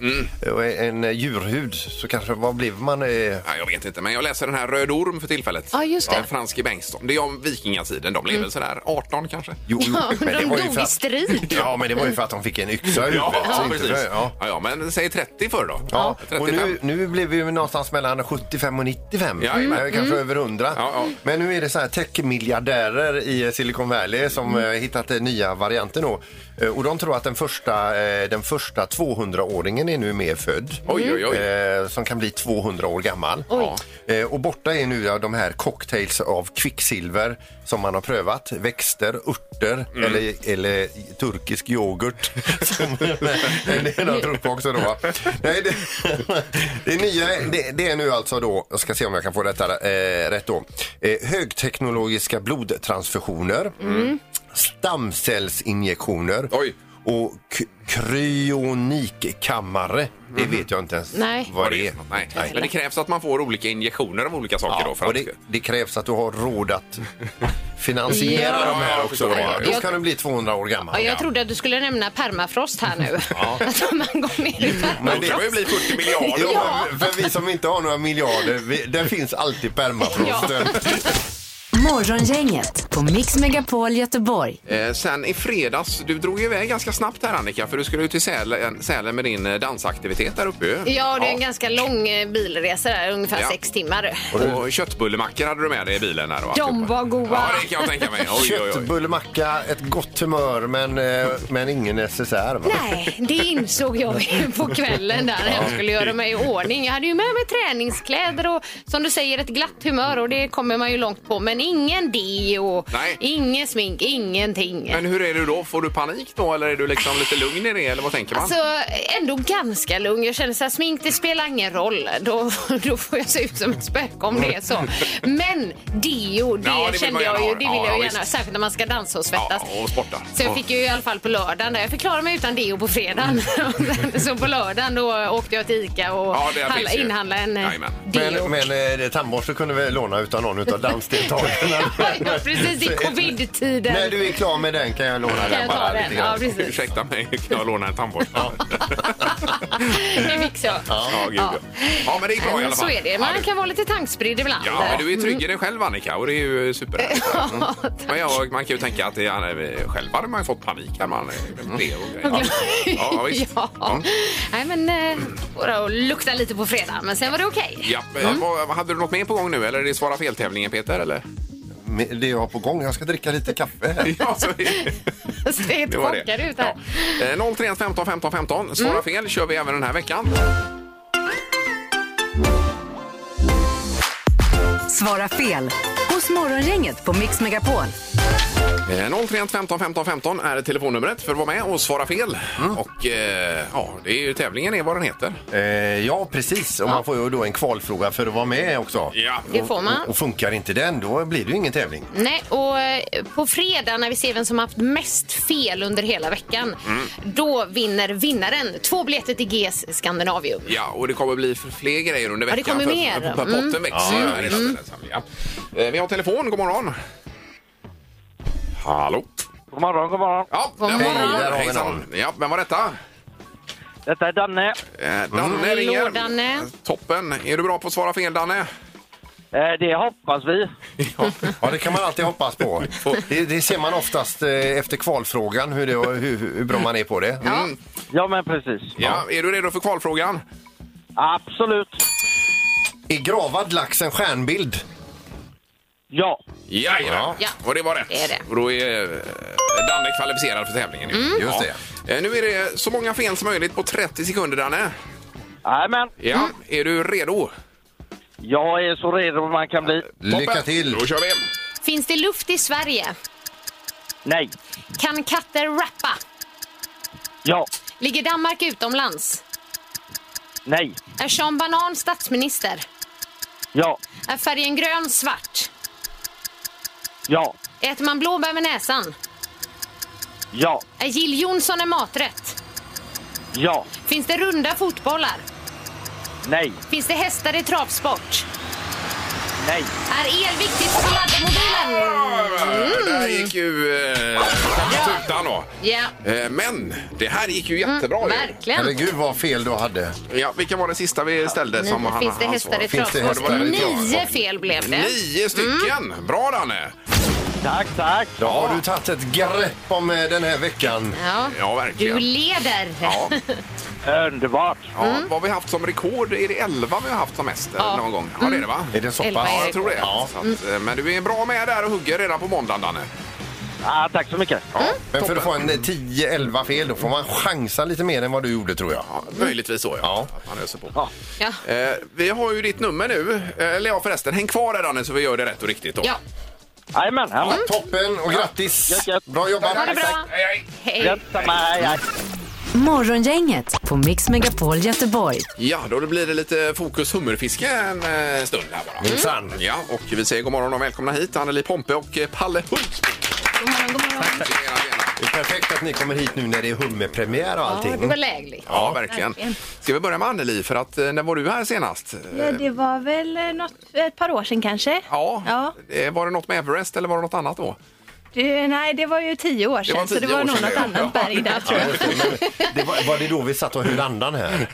och en eh, djurhud så kanske, vad blev man? eh,
Ja, jag vet inte, men jag läser den här Röd Orm för tillfället.
Ja, just det. Mm.
En fransk i Bengtsson. Det är om vikingatiden. De blev väl sådär 18 kanske?
Jo,
Ja, men de
ju
dog
för
i
att-
strid.
Ja, men det var ju för att de fick en yxa i huvudet. så inte för-
Ja.
Ja.
Ja, ja, men säg 30 förr då.
Ja, och
35.
nu, nu blev vi ju någonstans mellan 75 och 95.
Ja, jajamän.
Eh, Kanske
Mm.
över 100.
Ja, ja.
Men nu är det så här techmiljardärer i Silicon Valley som
Mm.
eh, hittat den nya varianten då. Eh, Och de tror att den första, eh, den första 200-åringen är nu mer född.
Oj, oj, oj.
Eh, Som kan bli 200 år gammal. Eh, Och borta är nu ja, de här cocktails av kvicksilver som man har prövat. Växter, örter eller, eller turkisk yoghurt. som en del har druckit också då. va? Nej, det, det, nya, det, det är nu alltså då, jag ska se om jag kan få detta eh, rätt då. Eh, högteknologiska blodtransfusioner. Stamcellsinjektioner.
Oj.
Och k- kryonikkammare. Det vet jag inte ens
Nej.
vad det är.
Nej. Men det krävs att man får olika injektioner av olika saker då. För
och
att...
det, det krävs att du har råd att finansiera
Ja.
de här också. Då,
Ja, ja, ja.
då kan du bli 200 år gammal.
Ja, jag trodde att du skulle nämna permafrost här nu. Att man går ner i
Men
Men
det
det-
kan ju bli 40 miljarder.
Jo,
Ja.
men för vi som inte har några miljarder, vi, den finns alltid permafrosten.
Morgongänget på Mix Megapol Göteborg.
Eh, sen i fredags, du drog ju iväg ganska snabbt här Annika för du skulle ju till Sälen, Sälen med din eh, dansaktivitet där uppe. ju.
Ja, det är en ganska lång eh, bilresa där, ungefär
Ja.
sex timmar.
Och köttbullemackor hade du med dig i bilen här då.
De var goda.
Ja, det kan jag tänka mig. Oj, oj, oj.
Köttbullemacka, ett gott humör men, eh, men ingen necessär. Va?
Nej, det insåg jag ju på kvällen där när jag skulle göra mig i ordning. Jag hade ju med mig träningskläder och som du säger ett glatt humör och det kommer man ju långt på. Men ingen deo,
Nej.
ingen smink, ingenting.
Men hur är du då? Får du panik då eller är du liksom lite lugn i det eller vad tänker man?
Alltså ändå ganska lugn. Jag känner så här, smink det spelar ingen roll. Då, då får jag se ut som ett spöke om det är så. Men deo, det,
Ja, det vill man
kände
gärna
jag ju.
ha.
Det vill
Ja, ja,
jag gärna.
visst.
Särskilt när man ska dansa och svettas.
Ja, och sporta.
Så jag fick ju i alla fall på lördagen där. Jag förklarade mig utan deo på fredagen. så på lördagen då åkte jag till Ica och
Mm. Ja, det
handla,
finns ju.
inhandlade en eh,
Jajamän.
deo.
Men, men eh, det- tandborste kunde vi låna utan någon utav dansdeltagarna.
ja, precis, i covid-tiden.
När du är klar med den kan jag låna
Kan
den
jag ta
bara
den?
lite
Ja,
grann.
precis.
Ursäkta mig, kan jag låna en tandborste? Ja,
det fixar jag.
gud, ja. ja, men det är bra i alla fall.
Så är det.
Ja,
Man
du-
kan vara lite tankspridd ibland.
Ja, men du är trygg i dig själv Annika och det är ju superhärligt. Mm. Men jag, man kan ju tänka att det, är- själv hade man ju fått panik när man
Mm.
blev det och
Och
grejer.
glöm-
Ja, ja, visst.
Ja.
Ja.
Nej, men eh, bara att lukta lite på fredag, men sen var det okej.
Ja,
Mm.
eh, vad, hade du något mer på gång nu eller är det svara fel-tävlingen Peter? Eller?
Men Det jag har på gång, jag ska dricka lite kaffe här.
Ja, så,
Jag ser helt chockad ut här. Mm.
Ja. Eh, 031 15 15 15. Svara fel kör vi även den här veckan.
Svara fel hos Morgongänget på Mix Megapol.
Eh, 031 15 15 15 är telefonnumret för att vara med och svara fel.
Mm.
Och eh, ja, det är ju, tävlingen är vad den heter.
Eh, ja, precis. Och man får ju då en kvalfråga för att vara med också.
Ja.
Det får man.
Och funkar inte den, då blir det ju ingen tävling.
Nej, och eh, på fredag när vi ser vem som har haft mest fel under hela veckan,
Mm.
då vinner vinnaren två biljetter till GS Scandinavium.
Ja, och det kommer bli f- fler grejer under
Ja,
veckan.
det kommer mer. Mm.
För, för potten växer ju. hela tiden, så här, Ja. Eh, Vi har telefon. God morgon. Hallå?
God morgon, god morgon.
Ja,
God
där var
morgon.
Hej, där har vi
Hejsan.
någon.
Ja, vem var detta?
Detta är Danne.
Eh, Danne
Mm. Hallå,
ringer.
Danne.
Toppen. Är du bra på att svara fel, Danne?
Eh, det hoppas vi.
Ja, det kan man alltid hoppas på. Det, det ser man oftast eh, efter kvalfrågan, hur, det, hur, hur bra man är på det.
Mm.
Ja, men precis.
Ja. Är du redo för kvalfrågan?
Absolut.
Är gravad lax en stjärnbild?
Ja.
Ja, ja.
Ja.
Och det var rätt.
Det är det.
Och då är eh, Danne kvalificerad för tävlingen. Mm.
Just det.
Nu är det så många fel som möjligt på 30 sekunder, Danne.
Jajamän.
Ja.
Mm.
Är du redo?
Jag är så redo man kan bli.
Lycka
Toppen.
till!
Då kör vi.
Finns det luft i Sverige?
Nej.
Kan katter rappa?
Ja.
Ligger Danmark utomlands?
Nej.
Är Sean Banan statsminister?
Ja.
Är färgen grön svart?
Ja.
Äter man blåbär med näsan?
Ja.
Är Jill Johnson en maträtt?
Ja.
Finns det runda fotbollar?
Nej.
Finns det hästar i travsport?
Nej.
Är el viktigt för laddmobilen?
Där gick ju eh, själva tutan då.
Ja,
Eh, men det här gick
Mm,
ju jättebra ju.
verkligen.
Herregud vad fel du hade.
Ja, vilken var den sista vi ställde? som
Nio,
han,
finns det
han
hästar i
svarade?
Finns det
travsport?
hästar i trav?
Nio fel blev det.
Nio stycken!
Mm.
Bra Danne!
Tack, tack.
Då har du tagit ett grepp om eh, den här veckan.
Ja.
Ja,
Du Mm.
verkligen.
leder.
Ja,
Underbart.
ja. Vad har vi haft som rekord? Är det 11 vi har haft som mest eh, någon gång? Ja, det är det va?
Är det så
Elva
pass?
är
Jag tror det.
Ja.
Så att, eh, Men du är bra med där och hugger redan på måndagen Danne.
Ah, tack så mycket.
Men för att få en eh, 10-11 fel, då får man chansa lite mer än vad du gjorde tror jag.
Ja, möjligtvis så ja. Att man öser på.
Ja.
Eh, vi har ju ditt nummer nu. Eh, Eller ja förresten, häng kvar där Danne så vi gör det rätt och riktigt då.
ja,
Jajamän. jajamän.
Toppen och grattis!
Gött, gött.
Bra jobbat!
Mm. ha det bra.
Hej, hej.
Hej.
Gött, samma. Hej, hej.
Morgongänget på Mix Megapol Göteborg.
Ja, då blir det lite fokus hummerfiske en eh, stund här bara.
Minsann.
Ja, och vi säger god morgon och välkomna hit Anneli Pompe och eh, Palle Hult.
God morgon, god morgon.
Det är perfekt att ni kommer hit nu när det är hummerpremiär och
Ja, det
allting.
var lägligt.
Ja, verkligen. Ska vi börja med Anneli för att eh, när var du här senast?
Ja, det var väl eh, något, ett par år sedan kanske?
Ja,
Ja.
Eh, var det något med Everest eller var det något annat då?
Det, nej, det var ju tio år sedan,
var
så det
tio år
var nog
sedan,
något
ja.
annat berg där tror jag.
Det var, var det då vi satt och höll andan här?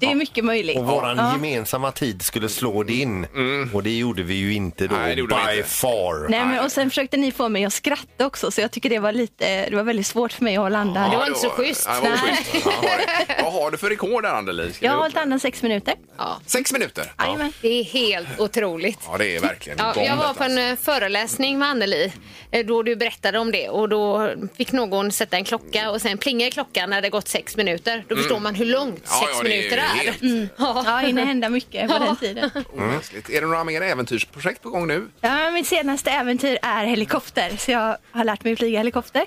Det är mycket möjligt.
Och våran
Ja.
gemensamma tid skulle slå det in. Och det gjorde vi ju inte då,
Mm. Nej, det gjorde vi
by
inte.
far.
Nej, men, och sen försökte ni få mig att skratta också, så jag tycker det var lite, det var väldigt svårt för mig att hålla andan.
Det
Ja,
var inte så schysst.
Nej, det var schysst. Ja, det var det. Vad har du för rekord där Anneli? Ska
jag
vi
har
upp-
hållit andan sex minuter.
Sex minuter?
Jajamän.
Det är helt otroligt.
Ja, det är verkligen
Ja, jag
galet,
var på en
alltså.
eh, föreläsning med Anneli eh, då du berättade om det och då fick någon sätta en klocka och sen plingar klockan när det gått sex minuter. Då förstår man hur långt
Mm. Ja,
sex
ja, det är
minuter är. Mm.
helt-
Ja, hinner hända mycket på den tiden.
Mm. Omänskligt. Är det några mer äventyrsprojekt på gång nu?
Ja, mitt senaste äventyr är helikopter, så jag har lärt mig flyga helikopter.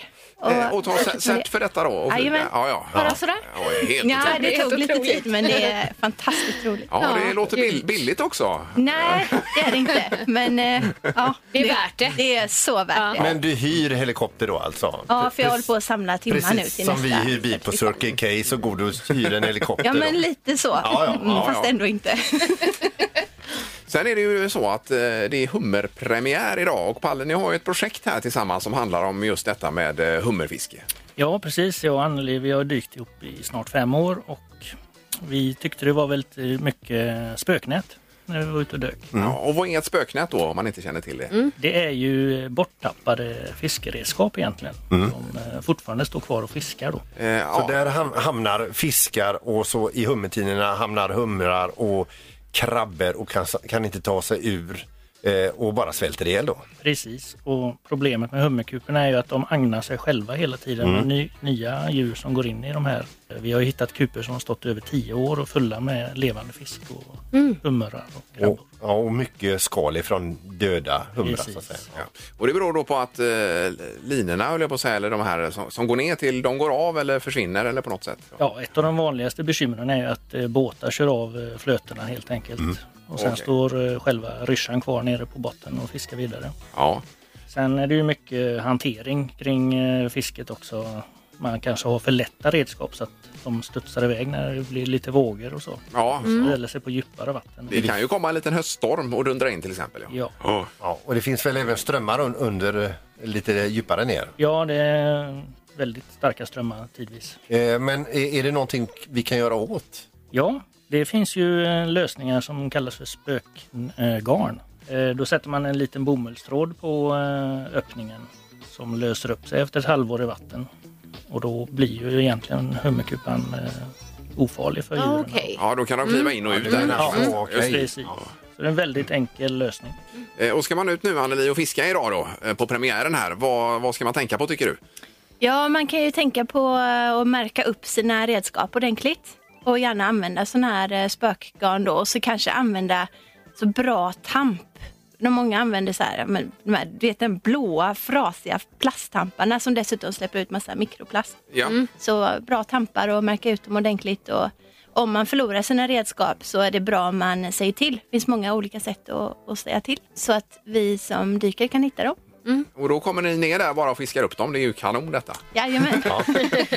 Eh, och ta
fortsätter med
cert för detta då? Och
Jajamän.
Ja, ja.
Bara sådär?
Ja, helt
det. Ja,
otroligt.
det
helt
tog lite
otroligt.
tid, men det är fantastiskt roligt.
Ja, det
Ja.
låter bill billigt också.
Nej, det är det inte. Men eh, ja,
Det är värt det.
Det är så värt det.
Men du hyr helikopter då alltså?
Ja, för jag håller på att samla timmar
Precis
nu till
som vi
nästa.
hyr bil på Circle K så går du och hyr en helikopter.
Ja,
då.
men lite så.
ja, ja,
Mm,
ja.
Fast ändå inte.
Sen är det ju så att eh, det är hummerpremiär idag och Palle, ni har ju ett projekt här tillsammans som handlar om just detta med eh, hummerfiske.
Ja, precis. Jag och Anneli vi har dykt ihop i snart fem år och vi tyckte det var väldigt mycket spöknät när vi var ute och dök.
Ja, och vad är ett spöknät då om man inte känner till det?
Mm.
Det är ju borttappade fiskeredskap egentligen som eh, fortfarande står kvar och fiskar då.
Eh, ja.
Så där ham- hamnar fiskar och så i hummertinorna hamnar humrar och krabbor och kan, kan inte ta sig ur eh, och bara svälter ihjäl då.
Precis, och problemet med hummerkuporna är ju att de agnar sig själva hela tiden
Mm.
med ny, nya djur som går in i de här. Vi har ju hittat kuper som har stått över tio år och fulla med levande fisk och humrar och
Och,
krabbor.
ja, och mycket skal ifrån döda humrar så att säga.
Precis.
Ja.
Och det beror då på att eh, linorna, höll jag på att säga, eller de här som, som går ner till, de går av eller försvinner eller på något sätt.
Ja, ett av de vanligaste bekymren är ju att eh, båtar kör av eh, flötena helt enkelt. Och sen
Okej.
står eh, själva ryssjan kvar nere på botten och fiskar vidare.
Ja.
Sen är det ju mycket hantering kring eh, fisket också. Man kanske har för lätta redskap så att de studsar iväg när det blir lite vågor och så.
Mm.
Ja,
Ställer sig på djupare vatten.
det kan ju komma en liten höststorm och dundra in till exempel. Ja.
Ja.
Ja.
Ja, och det finns väl även strömmar un under eh, lite djupare ner.
ja, det är väldigt starka strömmar tidvis.
Eh, men är, är det någonting vi kan göra åt?
Ja, det finns ju eh, lösningar som kallas för spökgarn. Då sätter man en liten bomullstråd på eh, öppningen som löser upp sig efter ett halvår i vatten. Och då blir ju egentligen hummerkupan eh, ofarlig för djuren.
Okej.
ja, då kan de kliva in och ut där.
Mm. Ja,
Mm.
okej.
Precis. Så det är en väldigt enkel lösning.
Eh, Och ska man ut nu, Anneli, och fiska idag då, eh, på premiären här, vad, vad ska man tänka på tycker du?
Ja, man kan ju tänka på eh, att märka upp sina redskap ordentligt och gärna använda sån här eh, spökgarn då och så kanske använda så bra tamp. När många använder så här, men, de här, du vet den blåa frasiga plasttamparna Alltså, som dessutom släpper ut massa mikroplast.
Ja.
Så bra tampar och märka ut dem ordentligt. Och om man förlorar sina redskap så är det bra om man säger till. Det finns många olika sätt att, att säga till så att vi som dyker kan hitta dem.
Och då kommer ni ner där bara och fiskar upp dem. Det är ju kanon detta.
Jajamän.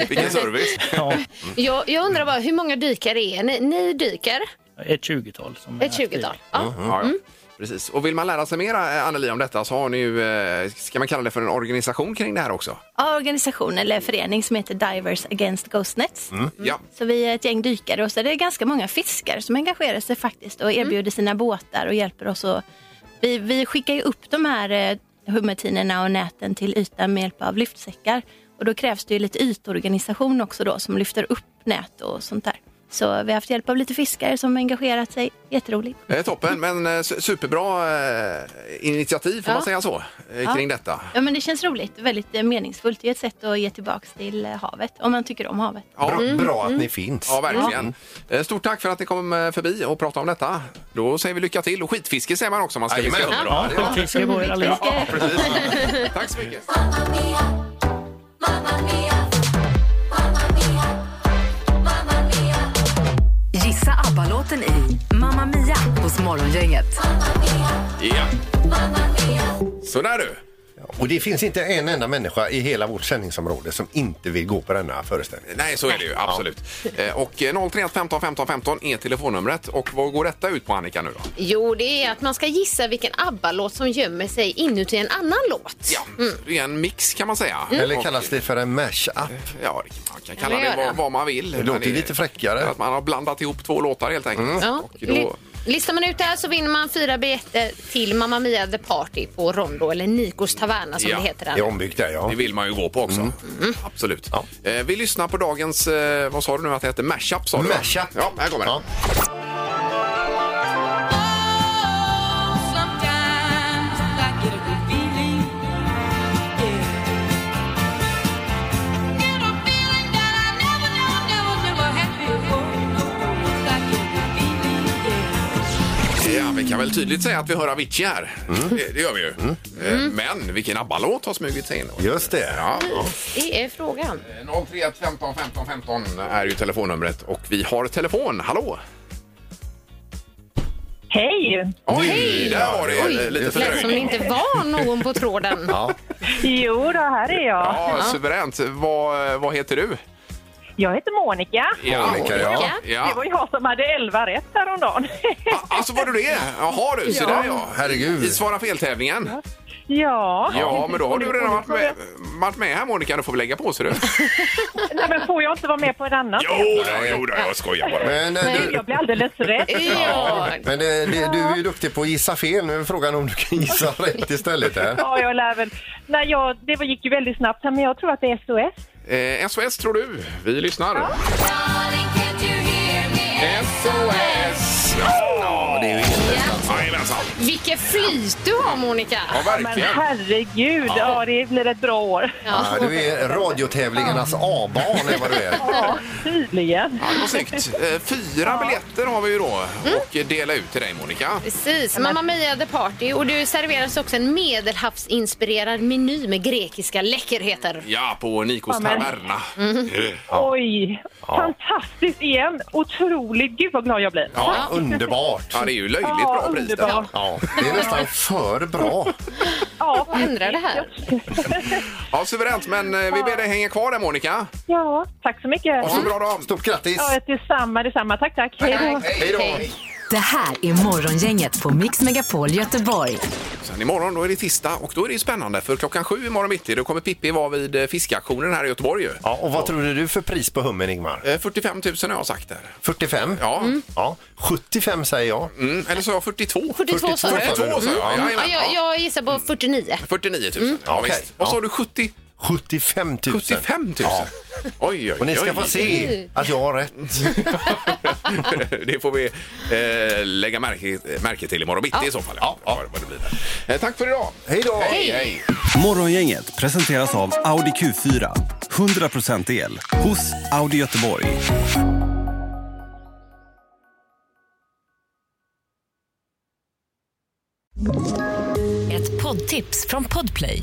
Vilken service!
Ja,
Jag, jag undrar bara, hur många dykare är ni? Ni dyker?
ett 20-tal som är
Ett 20-tal?
aktiva.
Mm-hmm.
Ja.
Ja, ja. Precis. Och vill man lära sig mer, eh, Anneli, om detta så har ni ju, eh, ska man kalla det för en organisation kring det här också?
Ja, organisation eller förening som heter Divers Against Ghost Nets.
Mm.
Ja.
Så vi är ett gäng dykare och så är det ganska många fiskare som engagerar sig faktiskt och erbjuder sina båtar och hjälper oss. Och vi, vi skickar ju upp de här eh, hummertinerna och näten till ytan med hjälp av lyftsäckar. Och då krävs det ju lite ytorganisation också då som lyfter upp nät och sånt där. Så vi har haft hjälp av lite fiskare som engagerat sig. Jätteroligt.
Eh, toppen, men eh, su- superbra eh, initiativ får
Ja.
man säga så, eh, kring
Ja.
detta.
Ja, men det känns roligt. Väldigt eh, meningsfullt. Det är ett sätt att ge tillbaka till eh, havet om man tycker om havet.
Ja. Mm.
Bra att ni finns.
Ja, verkligen. Eh, Stort tack för att ni kom eh, förbi och pratade om detta. Då säger vi lycka till. Och skitfiske säger man också om man ska
Jajamän.
fiska hummer.
Ja,
Ja,
skitfiske är vår allihop.
ja, precis. Tack så mycket.
Gissa ABBA-låten i Mamma Mia hos Morgongänget.
Ja. Sådär du.
Och det finns inte en enda människa i hela vårt sändningsområde som inte vill gå på denna föreställning.
Nej, så är det ju. Absolut. Eh, Och eh, 031 15 15 15 är telefonnumret. Och vad går detta ut på, Annika? nu då?
Jo, det är att man ska gissa vilken ABBA-låt som gömmer sig inuti en annan låt.
Ja, det är en Mm. mix kan man säga.
Eller
Och-
kallas det för en mash-up?
Ja, det kan- man kan kalla
Kan vi
det
göra?
vad, vad man vill.
Det låter lite fräckare.
Att man har blandat ihop två låtar helt enkelt.
Mm. Ja.
Och
li-
då,
Listar man ut det här så vinner man fyra biljetter till Mamma Mia The Party på Rondo, eller Nikos Taverna som
Ja.
det heter
Det är
där.
ombyggt där, ja.
det vill man ju gå på också. Absolut. Mm. Eh, vi lyssnar på dagens, eh, vad sa du nu att det heter? Mashup sa du va?
Mashup.
Ja, här kommer den.
Ja.
Ja, vi kan väl tydligt säga att vi hör Avicii här. Det, det gör vi ju. Eh, Men vilken ABBA-låt har smugit sig in? Eh,
Just det.
Ja.
Det är frågan.
031 15 15 15 är ju telefonnumret och vi har telefon. Hallå!
Hej!
Oj, där var det lite
Oj, det lät som det
fördröjning.
inte var någon på tråden.
Jo då, här är jag.
Ja, suveränt. Vad, vad heter du?
Jag heter Monica.
Ja,
Monica, ja.
Det var
ja.
jag som hade 11 rätt häromdagen.
Ah, Alltså var du det? Jaha du, se där ja. I
Herregud.
Svara fel-tävlingen.
ja.
Ja, men då har du redan varit med, varit med här Monica, då får vi lägga på ser du.
Nej, men får jag inte vara med på en annan?
Jo, då, jo då, jag skojar bara.
Men, eh,
Gud,
du,
Jag blir alldeles rätt.
Ja.
men eh, det, du är ju duktig på att gissa fel. Nu är frågan om du kan gissa rätt istället. Här.
Ja, jag lär väl. Nej, jag, det var- gick ju väldigt snabbt här, men jag tror att det är SOS.
Eh, SOS tror du. Vi lyssnar. SOS! Ja, det är ju Jajamensan.
Vilket flyt du har, Monica!
Ja,
Men
verkligen.
herregud, ja. det blir ett bra år.
Ja, du är radiotävlingarnas A-barn är vad du är.
Ja, tydligen.
Ja, det var snyggt. Eh, Fyra biljetter har vi ju då och eh, dela ut till dig Monica.
Precis, Mamma Mia The Party. Och du serveras också en medelhavsinspirerad meny med grekiska läckerheter.
Ja, Mm. på Nikos
men-
taverna.
Oj, fantastiskt igen. Otroligt. Gud vad glad jag blir.
Ja, underbart.
Ja, det är ju löjligt
Ja,
bra pris detta.
underbart.
Ja, det är nästan för bra.
Ja,
Ändra det här.
Ja, suveränt. Men eh, vi ber dig hänga kvar där Monica.
ja, tack så mycket.
Ha så bra dag.
Stort grattis!
Ja, detsamma, detsamma. Tack, tack. Hej då.
Hej då.
Det här är Morgongänget på Mix Megapol Göteborg.
Sen imorgon då är det tisdag och då är det ju spännande för klockan sju imorgon mitt då kommer Pippi vara vid eh, fiskaktionen här i Göteborg ju.
Ja, och vad trodde du för pris på hummen, Ingmar?
Eh, 45 000 har jag sagt där.
45?
Ja,
Ja, 75 säger jag.
mm. eller så har jag 42.
42 sa du.
42 sa jag.
Ja,
Jajamän,
jag,
ja. Mm.
jag gissar på 49.
49 000. Ja,
Okej.
visst. Och så har du 70,
75 000.
75 000.
Ja.
Oj, oj, oj.
Och ni ska få se att jag har rätt.
det får vi eh, lägga märke, märke till imorgon bitti i så fall. Ja, ja. Vad det blir där. Eh, tack för idag.
Hej då!
Hej, hej.
Morgongänget presenteras av Audi Q4. 100% el hos Audi Göteborg.
Ett poddtips från Podplay.